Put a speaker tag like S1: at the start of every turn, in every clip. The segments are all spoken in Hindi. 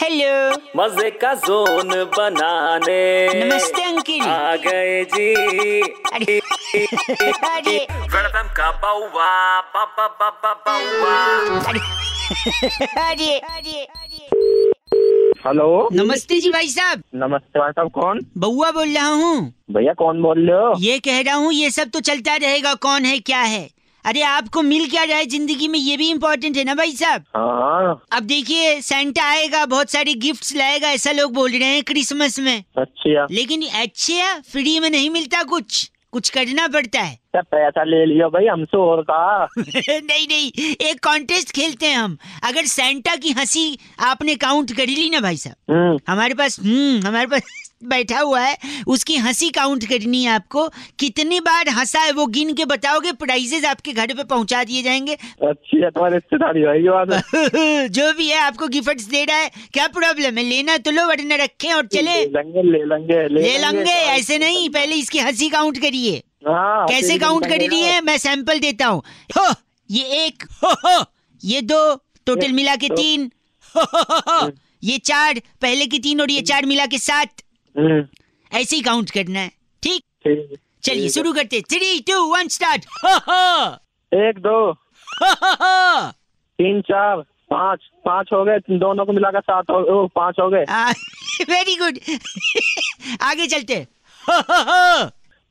S1: हेलो
S2: मजे का जोन बनाने
S1: नमस्ते अंकिल
S2: आ गए जी
S1: अरे अरे
S2: वेलकम का बाउवा बाबा बाबा बाउवा
S1: अरे अरे
S3: हेलो
S1: नमस्ते जी भाई साहब
S3: नमस्ते भाई साहब कौन
S1: बउआ बोल रहा हूँ
S3: भैया कौन बोल रहे हो
S1: ये कह रहा हूँ ये सब तो चलता रहेगा कौन है क्या है अरे आपको मिल क्या रहा है जिंदगी में ये भी इम्पोर्टेंट है ना भाई साहब
S3: हाँ
S1: अब देखिए सेंटा आएगा बहुत सारे गिफ्ट्स लाएगा ऐसा लोग बोल रहे हैं क्रिसमस में
S3: अच्छा
S1: लेकिन अच्छे है फ्री में नहीं मिलता कुछ कुछ करना पड़ता है
S3: क्या पैसा ले लियो भाई हमसे और का
S1: नहीं नहीं एक कॉन्टेस्ट खेलते हैं हम अगर सेंटा की हंसी आपने काउंट कर ली ना भाई साहब
S3: हम्म,
S1: हमारे पास हम्म हमारे पास बैठा हुआ है उसकी हंसी काउंट करनी है आपको कितनी बार हंसा है वो गिन के बताओगे प्राइजेज आपके घर पे पहुंचा दिए जाएंगे
S3: अच्छी है तुम्हारी रिश्तेदारी भाई ये बात है।
S1: जो भी है आपको गिफ्ट्स दे रहा है क्या प्रॉब्लम है लेना तो लो वरना रखें और चले
S3: ले लेंगे ले लेंगे
S1: ले लेंगे ऐसे नहीं पहले इसकी हंसी काउंट करिए
S3: हाँ
S1: कैसे
S3: फिर
S1: काउंट
S3: लेंगे
S1: कर रही है मैं सैंपल देता हूँ हो ये एक हो हो ये दो टोटल मिला के
S3: दो।
S1: तीन हो हो हो हो ये चार पहले के तीन और ये चार मिला के सात
S3: हम्म,
S1: ऐसे ही काउंट करना है ठीक
S3: ठीक
S1: चलिए
S3: ठीक
S1: शुरू करते थ्री टू वन स्टार्ट हो हो
S3: है। एक दो
S1: हो हो हो
S3: तीन चार पाँच पाँच हो गए दोनों को मिलाकर सात हो ओ, पाँच हो गए
S1: वेरी गुड आगे चलते हो हो हो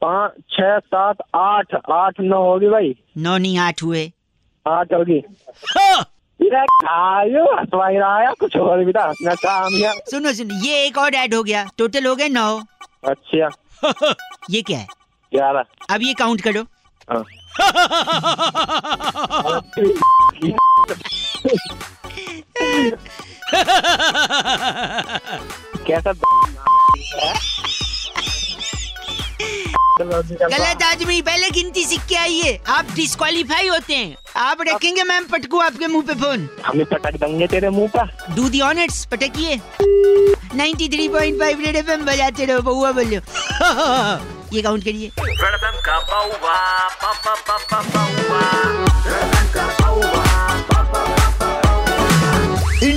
S3: पाँच छह सात आठ आठ नौ होगी भाई
S1: नौ नहीं आठ हुए
S3: आठ होगी
S1: हो
S3: मेरा आयो हंसवा ही रहा है कुछ और भी था हंसना चाह हम यार।
S1: सुनो सुनो ये एक और ऐड हो गया टोटल हो गए नौ
S3: अच्छा
S1: हो, हो। ये क्या है
S3: ग्यारह
S1: अब ये काउंट करो
S3: हाँ कैसा
S1: गलत आदमी पहले गिनती सीख के आइए आप डिस्कालीफाई होते हैं आप रखेंगे मैम पटकू आपके मुंह पे फोन
S3: हमें पटक देंगे तेरे मुंह का
S1: डू दी ऑनर्स पटकिए 93.5 three point five red F M बजाते रहो बहुआ बोलो ये काउंट करिए
S2: वेलकम का बाउवा बाबा बाबा बाउवा